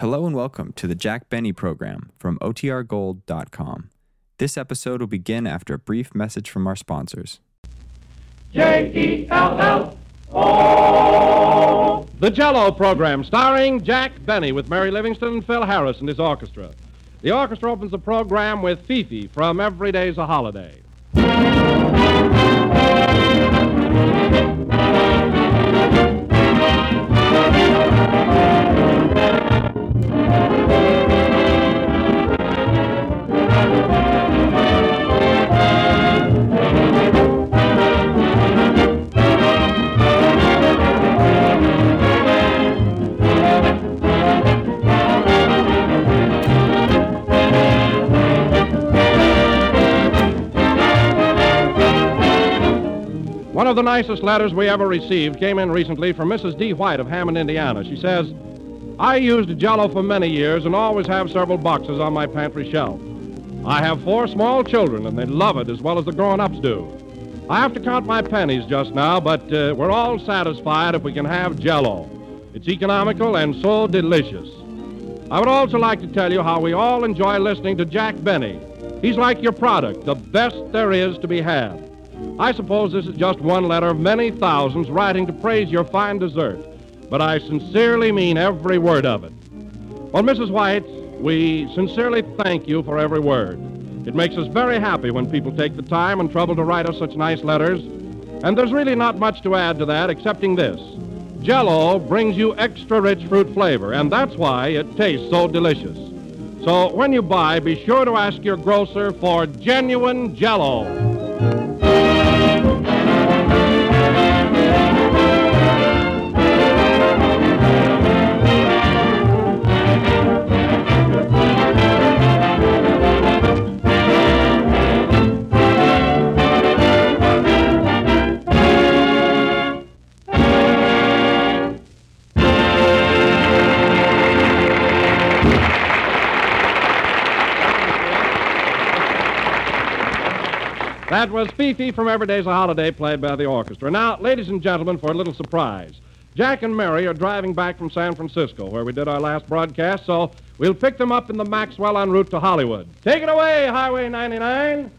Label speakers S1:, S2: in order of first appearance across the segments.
S1: Hello and welcome to the Jack Benny program from OTRGold.com. This episode will begin after a brief message from our sponsors.
S2: J E L L O.
S3: The Jello program, starring Jack Benny with Mary Livingston, Phil Harris, and his orchestra. The orchestra opens the program with Fifi from Every Day's a Holiday. One of the nicest letters we ever received came in recently from Mrs. D. White of Hammond, Indiana. She says, I used Jello for many years and always have several boxes on my pantry shelf. I have four small children, and they love it as well as the grown-ups do. I have to count my pennies just now, but uh, we're all satisfied if we can have Jello. It's economical and so delicious. I would also like to tell you how we all enjoy listening to Jack Benny. He's like your product, the best there is to be had. I suppose this is just one letter of many thousands writing to praise your fine dessert, but I sincerely mean every word of it. Well, Mrs. White, we sincerely thank you for every word. It makes us very happy when people take the time and trouble to write us such nice letters. And there's really not much to add to that, excepting this. Jell-O brings you extra rich fruit flavor, and that's why it tastes so delicious. So when you buy, be sure to ask your grocer for genuine Jell-O. That was Fifi from Every Day's a Holiday, played by the orchestra. Now, ladies and gentlemen, for a little surprise. Jack and Mary are driving back from San Francisco, where we did our last broadcast, so we'll pick them up in the Maxwell en route to Hollywood. Take it away, Highway 99.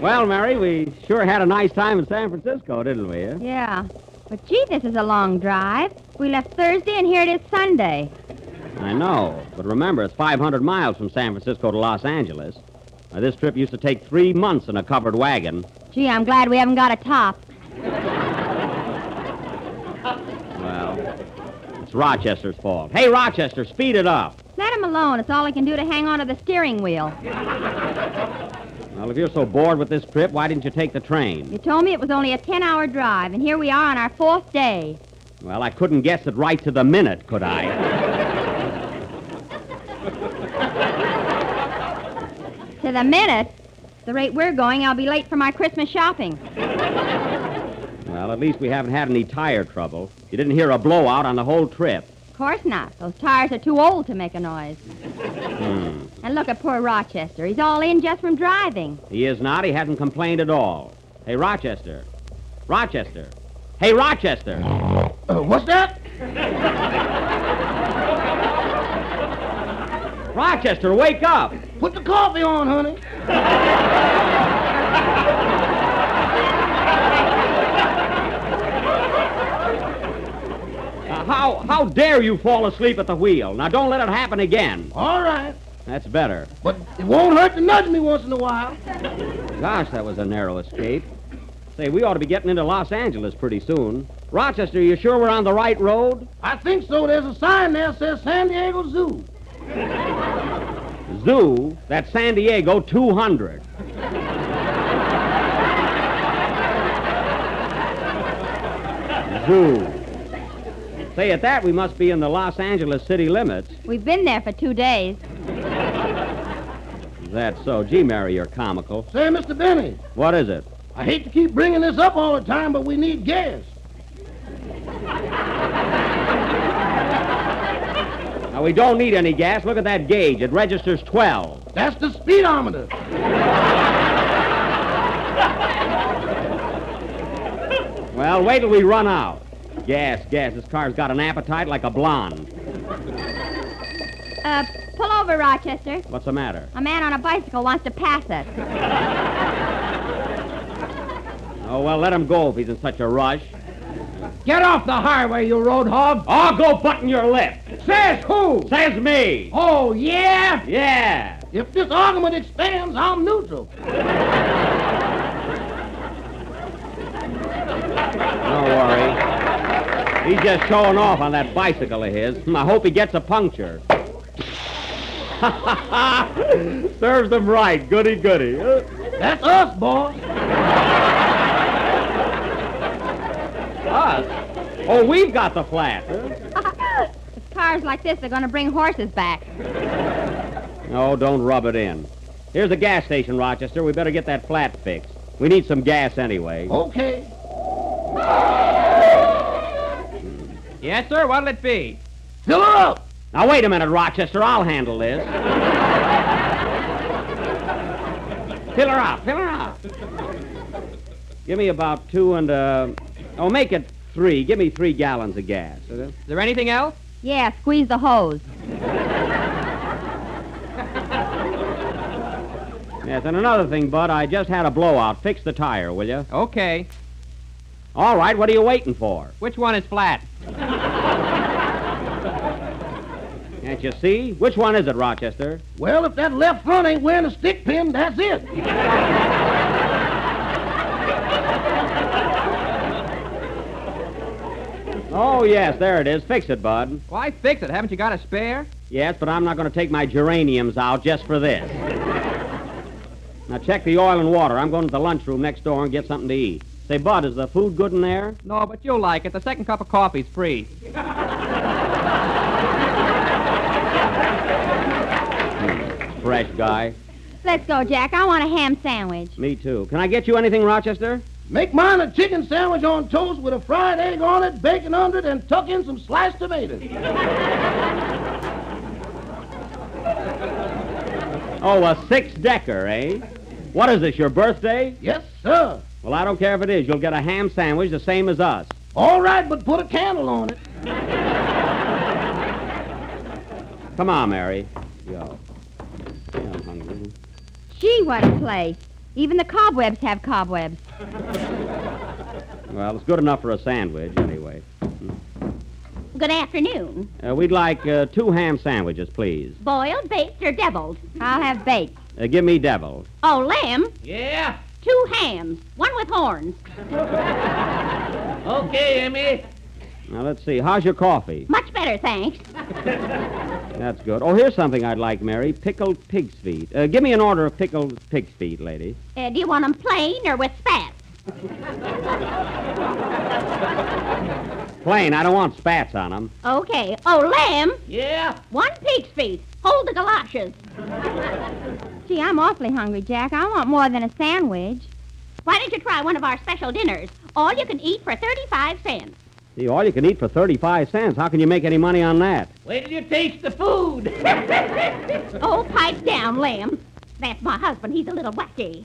S4: Well, Mary, we sure had a nice time in San Francisco, didn't we? eh?
S5: Yeah. But gee, this is a long drive. We left Thursday and here it is Sunday.
S4: I know. But remember, it's 500 miles from San Francisco to Los Angeles. Now, this trip used to take three months in a covered wagon.
S5: Gee, I'm glad we haven't got a top.
S4: Well, it's Rochester's fault. Hey, Rochester, speed it up.
S5: Let him alone. It's all I can do to hang on to the steering wheel.
S4: Well, if you're so bored with this trip, why didn't you take the train?
S5: You told me it was only a 10 hour drive, and here we are on our fourth day.
S4: Well, I couldn't guess it right to the minute, could I?
S5: To the minute, the rate we're going, I'll be late for my Christmas shopping.
S4: Well, at least we haven't had any tire trouble. You didn't hear a blowout on the whole trip.
S5: Of course not. Those tires are too old to make a noise.
S4: Hmm.
S5: And look at poor Rochester. He's all in just from driving.
S4: He is not. He hasn't complained at all. Hey, Rochester. Rochester. Hey, Rochester.
S3: Uh, what's that?
S4: Rochester, wake up.
S3: Put the coffee on, honey.
S4: Uh, how how dare you fall asleep at the wheel? Now don't let it happen again.
S3: All right.
S4: That's better.
S3: But it won't hurt to nudge me once in a while.
S4: Gosh, that was a narrow escape. Say, we ought to be getting into Los Angeles pretty soon. Rochester, you sure we're on the right road?
S3: I think so. There's a sign there that says San Diego Zoo.
S4: Zoo, that's San Diego 200. Zoo. Say, at that, we must be in the Los Angeles city limits.
S5: We've been there for two days.
S4: That's so. Gee, Mary, you're comical.
S6: Say, Mr. Benny,
S4: What is it?
S6: I hate to keep bringing this up all the time, but we need gas.
S4: Now, we don't need any gas. Look at that gauge. It registers 12.
S6: That's the speedometer.
S4: Well, wait till we run out. Gas, gas. This car's got an appetite like a blonde.
S5: Uh, pull over, Rochester.
S4: What's the matter?
S5: A man on a bicycle wants to pass us.
S4: Oh, well, let him go if he's in such a rush.
S6: Get off the highway, you road hog.
S4: Oh, go button your lip.
S6: Says who?
S4: Says me.
S6: Oh, yeah?
S4: Yeah.
S6: If this argument expands, I'm neutral.
S4: Don't worry. He's just showing off on that bicycle of his. Hmm, I hope he gets a puncture. Serves them right. Goody, goody. Uh,
S6: That's us, boy.
S4: us? Oh, we've got the flat.
S5: if cars like this are going to bring horses back.
S4: Oh, don't rub it in. Here's the gas station, Rochester. We better get that flat fixed. We need some gas anyway.
S6: Okay.
S7: Yes, sir. What'll it be?
S6: Fill her up.
S4: Now, wait a minute, Rochester. I'll handle this. fill her up. Fill her up. Give me about two and, uh... Oh, make it three. Give me three gallons of gas.
S7: Is there anything else?
S5: Yeah, squeeze the hose.
S4: Yes, and another thing, Bud. I just had a blowout. Fix the tire, will you?
S7: Okay.
S4: All right, what are you waiting for?
S7: Which one is flat?
S4: Can't you see? Which one is it, Rochester?
S6: Well, if that left front ain't wearing a stick pin, that's it.
S4: Oh, yes, there it is. Fix it, Bud.
S7: Why fix it? Haven't you got a spare?
S4: Yes, but I'm not going to take my geraniums out just for this. now check the oil and water. I'm going to the lunchroom next door and get something to eat. Say, Bud, is the food good in there?
S7: No, but you'll like it. The second cup of coffee's free.
S4: Fresh guy.
S5: Let's go, Jack. I want a ham sandwich.
S4: Me too. Can I get you anything, Rochester?
S6: Make mine a chicken sandwich on toast with a fried egg on it, bacon under it, and tuck in some sliced tomatoes.
S4: Oh, a six decker, eh? What is this, your birthday?
S6: Yes, sir.
S4: Well, I don't care if it is. You'll get a ham sandwich the same as us.
S6: All right, but put a candle on it.
S4: Come on, Mary. Yo. Yeah, I'm hungry.
S5: Gee, what a place. Even the cobwebs have cobwebs.
S4: Well, it's good enough for a sandwich, anyway.
S5: Good afternoon.
S4: Uh, we'd like uh, two ham sandwiches, please.
S5: Boiled, baked, or deviled? I'll have baked.
S4: Uh, give me devil.
S5: Oh, lamb,
S7: Yeah.
S5: two hams, one with horns.
S7: Okay, Emmy.
S4: Now, let's see. How's your coffee?
S5: Much better, thanks.
S4: That's good. Oh, here's something I'd like, Mary. Pickled pig's feet. Uh, give me an order of pickled pig's feet, lady.
S5: Uh, do you want 'em plain or with spats?
S4: Plain. I don't want spats on 'em.
S5: Okay. Oh, lamb,
S7: Yeah.
S5: one pig's feet. Hold the galoshes. Gee, I'm awfully hungry, Jack. I want more than a sandwich. Why don't you try one of our special dinners? All you can eat for 35 cents.
S4: See, all you can eat for 35 cents. How can you make any money on that?
S7: Wait till you taste the food.
S5: Oh, pipe down, lamb. That's my husband. He's a little wacky.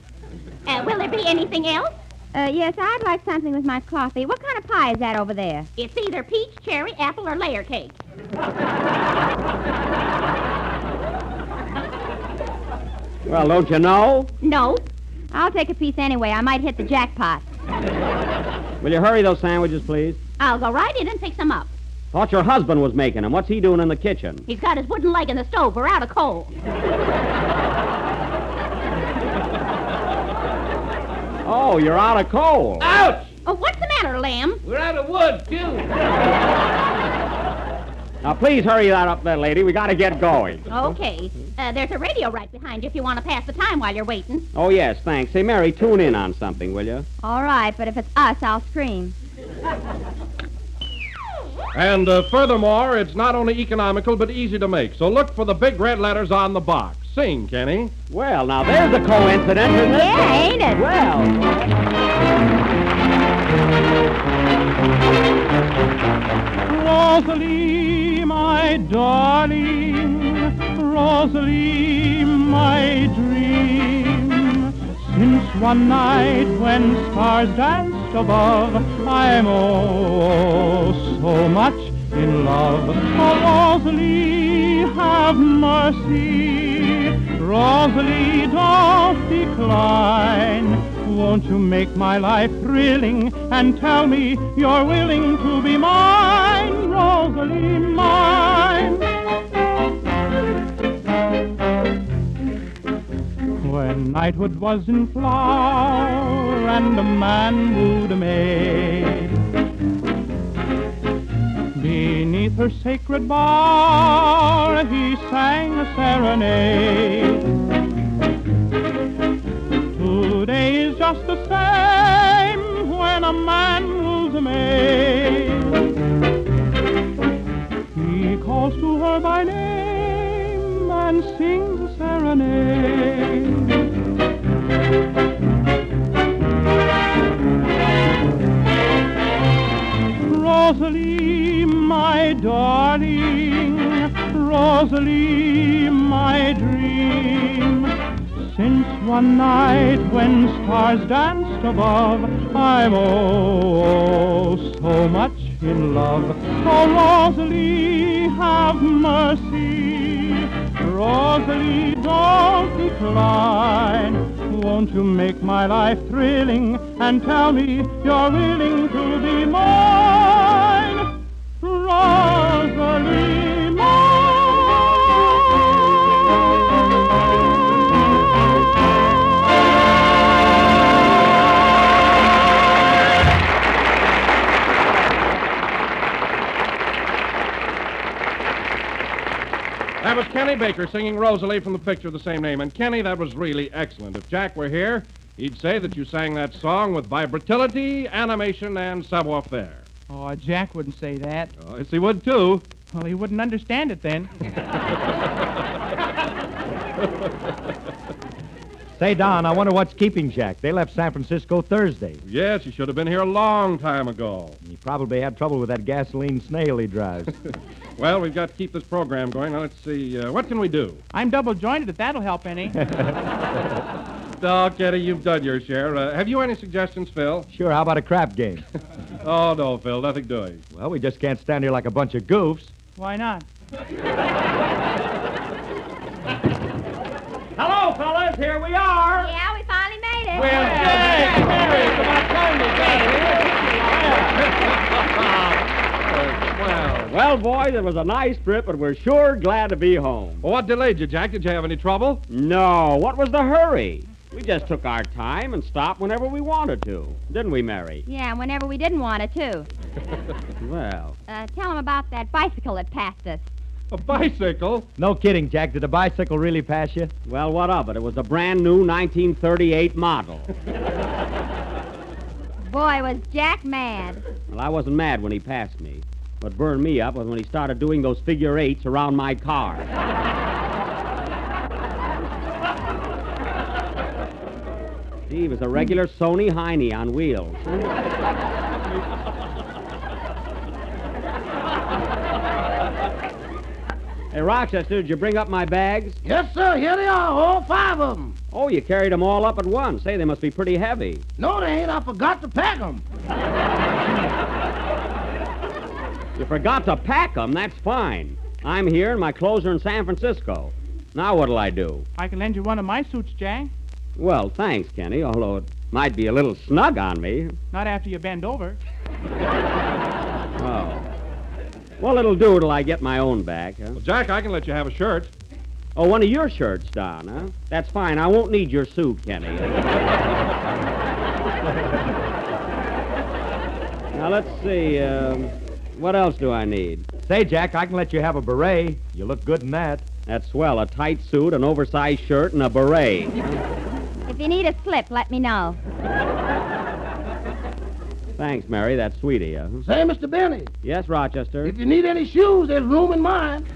S5: Uh, will there be anything else? Uh, yes, I'd like something with my coffee. What kind of pie is that over there? It's either peach, cherry, apple, or layer cake.
S4: Well, don't you know?
S5: No. I'll take a piece anyway. I might hit the jackpot.
S4: Will you hurry those sandwiches, please?
S5: I'll go right in and fix them up.
S4: Thought your husband was making 'em. What's he doing in the kitchen?
S5: He's got his wooden leg in the stove. We're out of coal.
S4: Oh, you're out of coal.
S7: Ouch!
S5: Oh, what's the matter, lamb?
S7: We're out of wood, too.
S4: Now, please hurry that up there, lady. We got to get going.
S3: Oh.
S5: Okay. Uh, there's a radio right behind you if you want to pass the time while you're waiting.
S4: Oh, yes, thanks. Say, Mary, tune in on something, will you?
S5: All right, but if it's us, I'll scream.
S3: And uh, furthermore, it's not only economical but easy to make. So look for the big red letters on the box. Sing, Kenny.
S4: Well, now, there's a coincidence, isn't it?
S5: Yeah, ain't it?
S4: Well...
S3: Rosalie, my darling, Rosalie, my dream. Since one night when stars danced
S8: right above. I'm oh so much in love. Oh, Rosalie, have mercy. Rosalie, don't decline. Won't you make my life thrilling and tell me you're willing to be mine, Rosalie, mine? When knighthood was in flower and a man wooed a maid, beneath her sacred bower he sang a serenade. Today is just the same when a man wooes a maid. He calls to her by name and sings a serenade. Rosalie, my darling, Rosalie, my dream. Since one night when stars danced above, I'm oh so much in love. Oh, Rosalie, have mercy. Rosalie, don't decline. Won't you make my life thrilling and tell me you're willing to be mine? Rosalie,
S3: That was Kenny Baker singing Rosalie from the picture of the same name. And Kenny, that was really excellent. If Jack were here, he'd say that you sang that song with vibratility, animation, and savoir faire.
S8: Oh, Jack wouldn't say that.
S3: Oh, yes, he would too.
S8: Well, he wouldn't understand it then.
S9: Say, Don, I wonder what's keeping Jack. They left San Francisco Thursday.
S3: Yes, he should have been here a long time ago.
S9: He probably had trouble with that gasoline snail he drives.
S3: Well, we've got to keep this program going. Now, let's see. Uh, what can we do?
S8: I'm double jointed if that'll help any.
S3: Oh, Kenny, you've done your share. Uh, have you any suggestions, Phil?
S9: sure, how about a crap game?
S3: Oh, no, Phil, nothing doing.
S9: Well, we just can't stand here like a bunch of goofs.
S8: Why not?
S7: Hello, fellas. Here we are.
S5: Yeah, we finally made it.
S4: Well, boys, it was a nice trip, and we're sure glad to be home.
S3: Well, what delayed you, Jack? Did you have any trouble?
S4: No, what was the hurry? We just took our time and stopped whenever we wanted to. Didn't we, Mary?
S5: Yeah, and whenever we didn't want it, too.
S4: Well,
S5: Uh, tell him about that bicycle that passed us.
S3: A bicycle?
S9: No kidding, Jack. Did the bicycle really pass you?
S4: well, what of it? It was a brand new 1938 model.
S5: Boy, was Jack mad.
S4: Well, I wasn't mad when he passed me. What burned me up was when he started doing those figure eights around my car. he was a regular Sony Heine on wheels. hey, Rochester, did you bring up my bags?
S6: Yes, sir, here they are, all five of them.
S4: Oh, you carried them all up at once. Say, they must be pretty heavy.
S6: No, they ain't. I forgot to pack 'em.
S4: You forgot to pack them. That's fine. I'm here and my clothes are in San Francisco. Now what'll I do?
S8: I can lend you one of my suits, Jack.
S4: Well, thanks, Kenny, although it might be a little snug on me.
S8: Not after you bend over.
S4: Well, it'll do till I get my own back. Huh?
S3: Well, Jack, I can let you have a shirt.
S4: Oh, one of your shirts, Don, huh? That's fine. I won't need your suit, Kenny. now, let's see. Um, what else do I need?
S9: Say, Jack, I can let you have a beret. You look good in that.
S4: That's swell. A tight suit, an oversized shirt, and a beret.
S5: If you need a slip, let me know.
S4: Thanks, Mary. That's sweet of you.
S6: Say, Mr. Benny,
S4: Yes, Rochester.
S6: if you need any shoes, there's room in mine.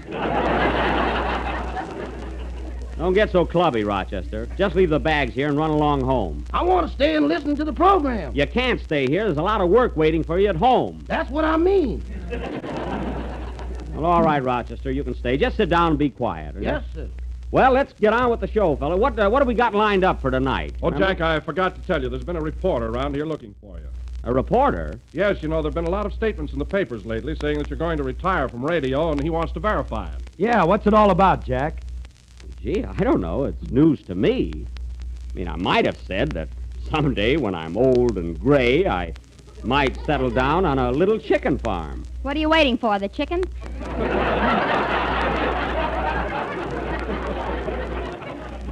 S4: Don't get so clubby, Rochester. Just leave the bags here and run along home.
S6: I want to stay and listen to the program.
S4: You can't stay here. There's a lot of work waiting for you at home.
S6: That's what I mean.
S4: Well, all right, Rochester, you can stay. Just sit down and be quiet.
S6: Yes, sir.
S4: Well, let's get on with the show, fella. What uh, what have we got lined up for tonight?
S3: Oh, Jack, I forgot to tell you, there's been a reporter around here looking for you.
S4: A reporter?
S3: Yes, you know, there have been a lot of statements in the papers lately saying that you're going to retire from radio, and he wants to verify it.
S9: Yeah, what's it all about, Jack?
S4: Gee, I don't know. It's news to me. I mean, I might have said that someday when I'm old and gray, I might settle down on a little chicken farm.
S5: What are you waiting for, the chicken?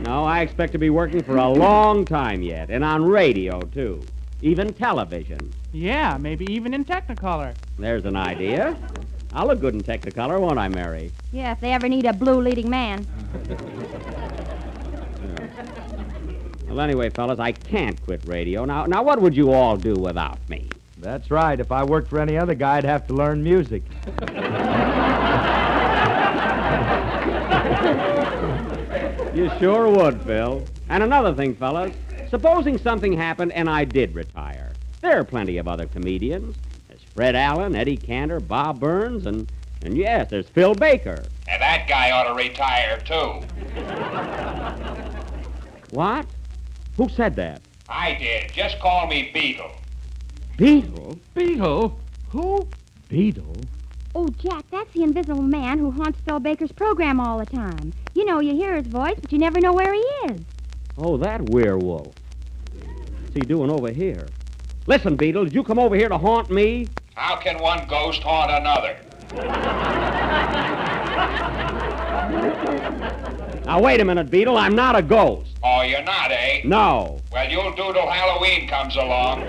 S4: No, I expect to be working for a long time yet, and on radio, too. Even television.
S10: Yeah, maybe even in Technicolor.
S4: There's an idea. I'll look good in Technicolor, won't I, Mary?
S5: Yeah, if they ever need a blue leading man.
S4: Well, anyway, fellas, I can't quit radio. Now, now, what would you all do without me?
S9: That's right. If I worked for any other guy, I'd have to learn music.
S4: You sure would, Phil. And another thing, fellas. Supposing something happened and I did retire. There are plenty of other comedians. There's Fred Allen, Eddie Cantor, Bob Burns, and, and yes, there's Phil Baker.
S11: And that guy ought to retire, too.
S4: What? Who said that?
S11: I did. Just call me Beetle.
S4: Beetle?
S10: Beetle? Who?
S9: Beetle?
S5: Oh, Jack, that's the invisible man who haunts Phil Baker's program all the time. You know, you hear his voice, but you never know where he is.
S4: Oh, that werewolf. What's he doing over here? Listen, Beetle, did you come over here to haunt me?
S11: How can one ghost haunt another?
S4: Now, wait a minute, Beetle. I'm not a ghost.
S11: Oh, you're not, eh?
S4: No.
S11: Well, you'll do till Halloween comes along.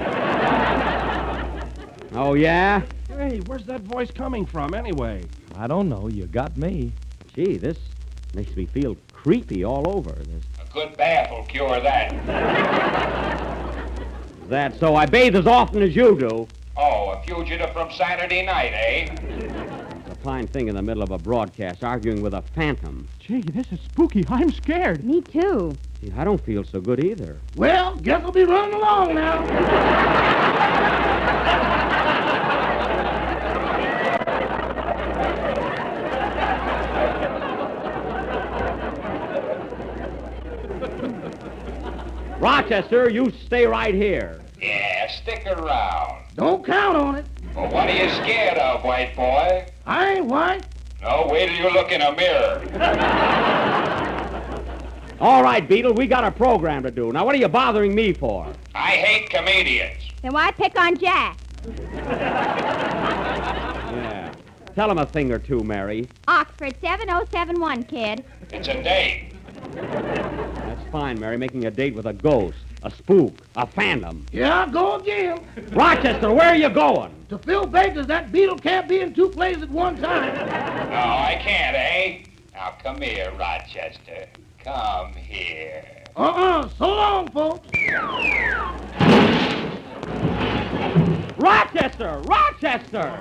S4: Oh, yeah?
S3: Hey, where's that voice coming from, anyway?
S9: I don't know. You got me.
S4: Gee, this makes me feel creepy all over. This-
S11: A good bath will cure that.
S4: That so I bathe as often as you do.
S11: oh, a fugitive from Saturday night, eh?
S4: A fine thing in the middle of a broadcast arguing with a phantom.
S10: Gee, this is spooky. I'm scared.
S5: Me too.
S4: Gee, I don't feel so good either.
S6: Well, guess I'll be running along now.
S4: Rochester, you stay right here.
S11: Yeah, stick around.
S6: Don't count on it.
S11: Well, what are you scared of, white boy?
S6: I ain't white.
S11: No, wait till you look in a mirror.
S4: All right, Beetle, we got a program to do. Now, what are you bothering me for?
S11: I hate comedians.
S5: Then why pick on Jack?
S4: Yeah. Tell him a thing or two, Mary.
S5: Oxford 7071, kid.
S11: It's a date.
S4: That's fine, Mary, making a date with a ghost, a spook, a phantom.
S6: Yeah, go again.
S4: Rochester, where are you going?
S6: To Phil Baker's, that beetle can't be in two places at one time.
S11: No, I can't, eh? Now, come here, Rochester. Come here.
S6: Uh-uh. So long, folks.
S4: Rochester! Rochester!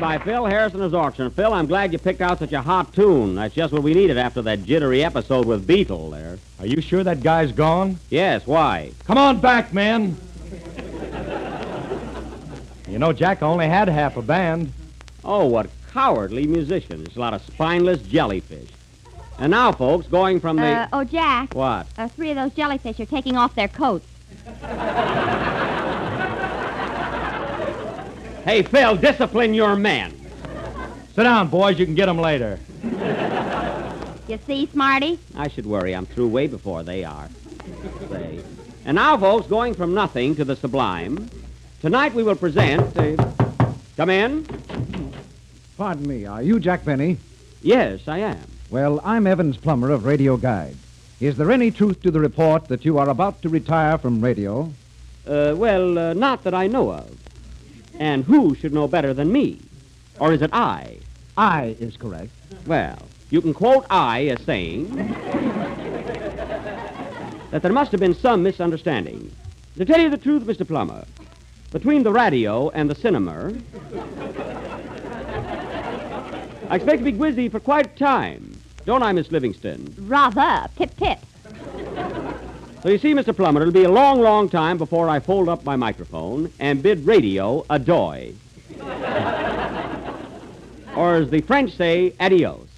S4: by Phil Harrison is auction. Phil, I'm glad you picked out such a hot tune. That's just what we needed after that jittery episode with Beetle there.
S9: Are you sure that guy's gone?
S4: Yes, why?
S9: Come on back, man. you know, Jack only had half a band.
S4: Oh, what cowardly musicians. It's a lot of spineless jellyfish. And now, folks, going from the.
S5: Uh, oh, Jack.
S4: What?
S5: Uh, three of those jellyfish are taking off their coats.
S4: Hey, Phil, discipline your men.
S9: Sit down, boys. You can get them later.
S5: You see, Smarty?
S4: I should worry. I'm through way before they are. Say. And now, folks, going from nothing to the sublime, tonight we will present. Uh, come in.
S12: Pardon me, are you Jack Benny?
S4: Yes, I am.
S12: Well, I'm Evans Plummer of Radio Guide. Is there any truth to the report that you are about to retire from radio?
S4: Uh, well, uh, not that I know of. And who should know better than me? Or is it I?
S12: I is correct.
S4: Well, you can quote I as saying that there must have been some misunderstanding. To tell you the truth, Mr. Plummer, between the radio and the cinema, I expect to be gwizzy for quite a time. Don't I, Miss Livingston?
S5: Rather. Pip, pip.
S4: So you see, Mr. Plummer, it'll be a long, long time before I fold up my microphone and bid radio adoy. or as the French say, adios.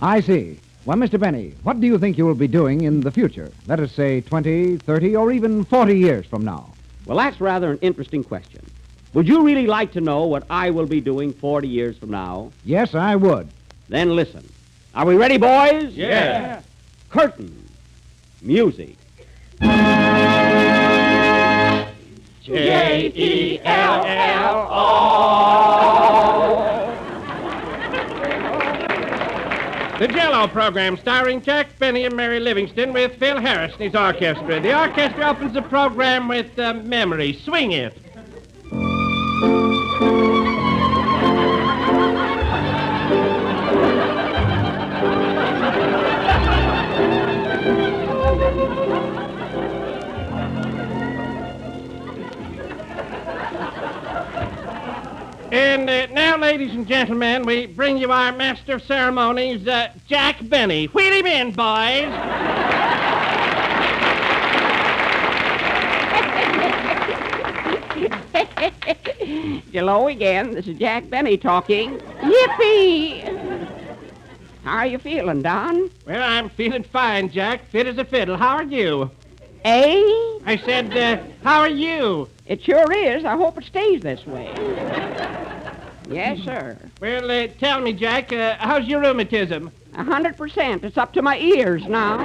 S12: I see. Well, Mr. Benny, what do you think you will be doing in the future? Let us say 20, 30, or even 40 years from now.
S4: Well, that's rather an interesting question. Would you really like to know what I will be doing 40 years from now?
S12: Yes, I would.
S4: Then listen. Are we ready, boys?
S2: Yeah.
S4: Curtain. Music.
S2: J E L L O.
S3: The Jello program starring Jack Benny and Mary Livingston with Phil Harris and his orchestra. The orchestra opens the program with uh, Memory. Swing it. And uh, now, ladies and gentlemen, we bring you our master of ceremonies, uh, Jack Benny. Wheel him in, boys.
S13: Hello again. This is Jack Benny talking. Yippee! How are you feeling, Don?
S3: Well, I'm feeling fine, Jack. Fit as a fiddle. How are you?
S13: Eh?
S3: I said, uh, how are you?
S13: It sure is. I hope it stays this way. yes, sir.
S3: Well, uh, tell me, Jack, uh, how's your rheumatism?
S13: A hundred percent. It's up to my ears now.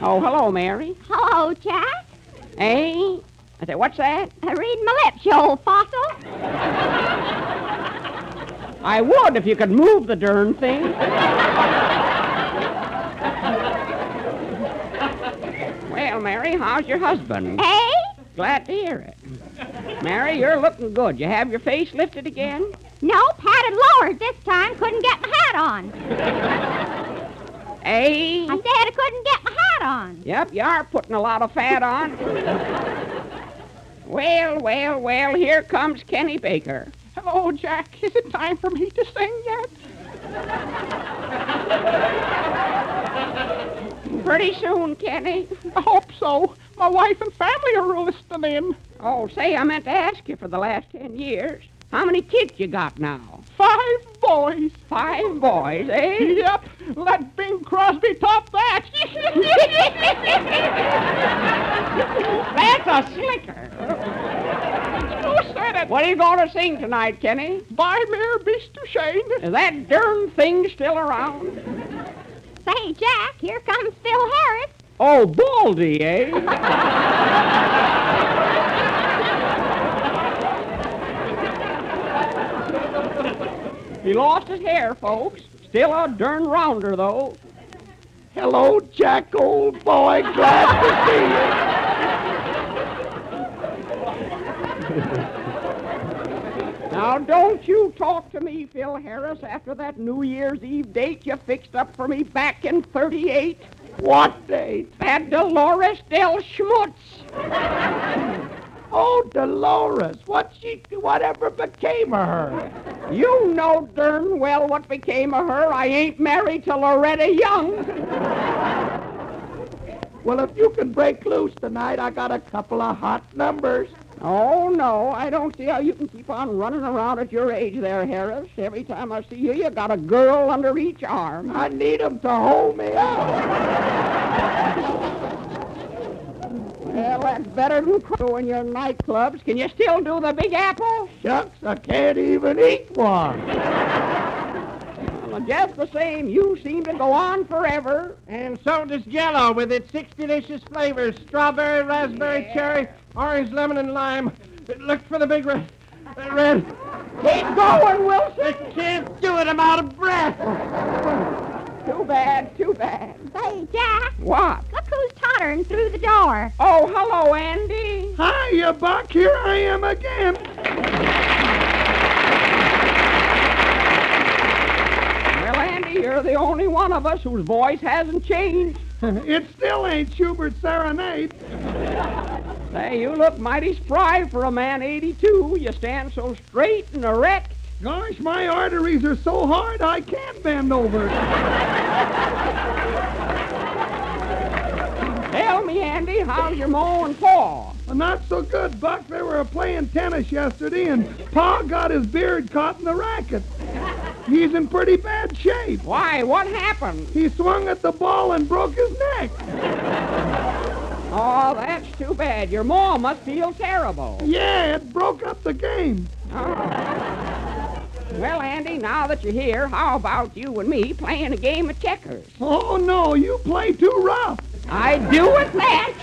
S13: oh, hello, Mary.
S5: Hello, Jack.
S13: Eh? I said, what's that?
S5: I read my lips, you old fossil.
S13: I would if you could move the darn thing. well, Mary, how's your husband?
S5: Eh?
S13: Glad to hear it. Mary, you're looking good. You have your face lifted again?
S5: No, padded lowered this time. Couldn't get my hat on.
S13: Eh?
S5: I said I couldn't get my hat on.
S13: Yep, you are putting a lot of fat on. well, well, well, here comes Kenny Baker.
S10: Hello, Oh, Jack. Is it time for me to sing yet?
S13: Pretty soon, Kenny.
S10: I hope so. My wife and family are listening.
S13: Oh, say, I meant to ask you for the last ten years. How many kids you got now?
S10: Five boys.
S13: Five boys, eh?
S10: Yep. Let Bing Crosby top that.
S13: That's a slicker.
S10: Who said it?
S13: What are you going to sing tonight, Kenny?
S10: By mere beast to Shane.
S13: Is that darn thing still around?
S5: Say, Jack, here comes Phil Harris.
S13: Oh, Baldy, eh? he lost his hair, folks. Still a darn rounder, though.
S2: Hello, Jack, old boy. Glad to see you.
S13: Now, don't you talk to me, Phil Harris, after that New Year's Eve date you fixed up for me back in 38.
S2: What date?
S13: That Dolores Del Schmutz.
S2: Oh, Dolores, what she, whatever became of her?
S13: You know darn well what became of her. I ain't married to Loretta Young.
S2: Well, if you can break loose tonight, I got a couple of hot numbers.
S13: Oh, no, I don't see how you can keep on running around at your age there, Harris. Every time I see you, you got a girl under each arm.
S2: I need 'em to hold me up.
S13: Well, that's better than doing your nightclubs. Can you still do the Big Apple?
S2: Shucks, I can't even eat one.
S13: Well, just the same, you seem to go on forever.
S7: And so does Jello with its six delicious flavors: strawberry, raspberry, cherry, orange, lemon, and lime. Look for the big red. uh, Red.
S13: Keep going, Wilson.
S7: I can't do it. I'm out of breath.
S13: Too bad, too bad.
S5: Say, Jack.
S13: What?
S5: Look who's tottering through the door.
S13: Oh, hello, Andy.
S2: Hiya, Buck. Here I am again.
S13: Well, Andy, you're the only one of us whose voice hasn't changed.
S2: it still ain't Schubert's serenade.
S13: Say, you look mighty spry for a man 82. You stand so straight and erect.
S2: Gosh, my arteries are so hard I can't bend over.
S13: Tell me, Andy, how's your mowing paw?
S2: Well, Not so good, Buck. They were playing tennis yesterday, and Pa got his beard caught in the racket. He's in pretty bad shape.
S13: Why, what happened?
S2: He swung at the ball and broke his neck.
S13: Oh, that's too bad. Your maw must feel terrible.
S2: Yeah, it broke up the game.
S13: Well, Andy, now that you're here, how about you and me playing a game of checkers?
S2: Oh, no, you play too rough.
S13: I do at that.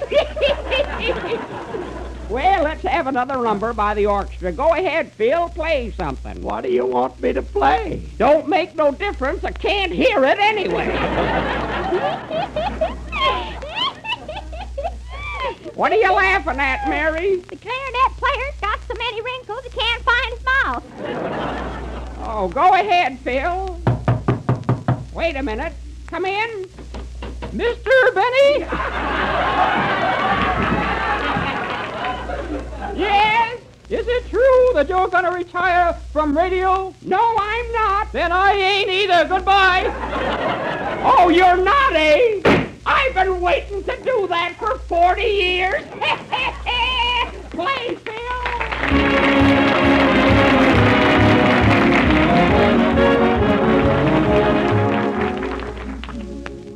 S13: well, let's have another number by the orchestra. Go ahead, Phil, play something.
S2: What do you want me to play?
S13: Don't make no difference. I can't hear it anyway. What are you laughing at, Mary?
S5: The clarinet player's got so many wrinkles he can't find his mouth.
S13: Oh, go ahead, Phil. Wait a minute. Come in. Mr. Benny? yes? Is it true that you're going to retire from radio? No, I'm not. Then I ain't either. Goodbye. oh, you're not, eh? I've been waiting to do that for 40 years. Play, Phil.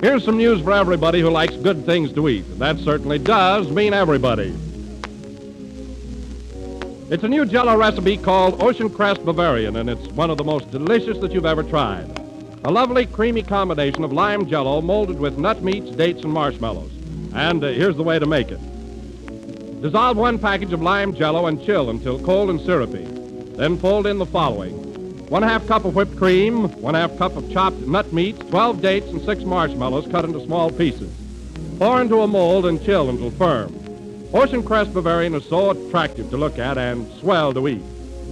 S3: Here's some news for everybody who likes good things to eat. and That certainly does mean everybody. It's a new jello recipe called Ocean Crest Bavarian, and it's one of the most delicious that you've ever tried. A lovely, creamy combination of lime jello molded with nut meats, dates, and marshmallows. And uh, here's the way to make it. Dissolve one package of lime jello and chill until cold and syrupy. Then fold in the following. One half cup of whipped cream, one half cup of chopped nut meats, 12 dates, and six marshmallows cut into small pieces. Pour into a mold and chill until firm. Ocean Crest Bavarian is so attractive to look at and swell to eat.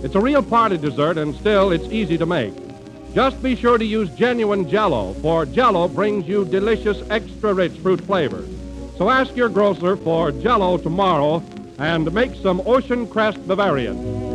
S3: It's a real party dessert, and still, it's easy to make. Just be sure to use genuine Jello, for Jello brings you delicious, extra-rich fruit flavor. So ask your grocer for Jello tomorrow and make some Ocean Crest Bavarian.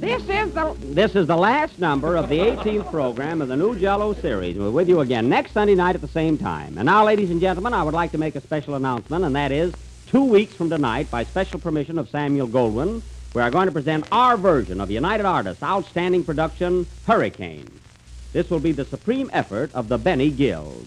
S13: This is the.
S4: This is the last number of the 18th program of the new Jello series. We're with you again next Sunday night at the same time. And now, ladies and gentlemen, I would like to make a special announcement, and that is two weeks from tonight, by special permission of Samuel Goldwyn, we are going to present our version of United Artists' outstanding production, Hurricane. This will be the supreme effort of the Benny Guild.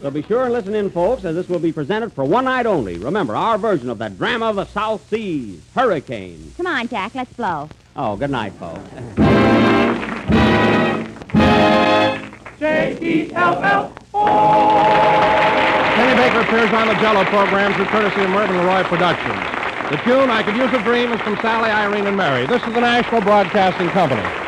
S4: So be sure and listen in, folks, as this will be presented for one night only. Remember, our version of that drama of the South Seas, Hurricane.
S5: Come on, Jack, let's blow.
S4: Oh, good night, folks.
S2: J-E-L-L.
S3: Kenny Baker appears on the Jello program through courtesy of Mervyn LeRoy Productions. The tune, I Could Use a Dream, is from Sally, Irene, and Mary. This is the National Broadcasting Company.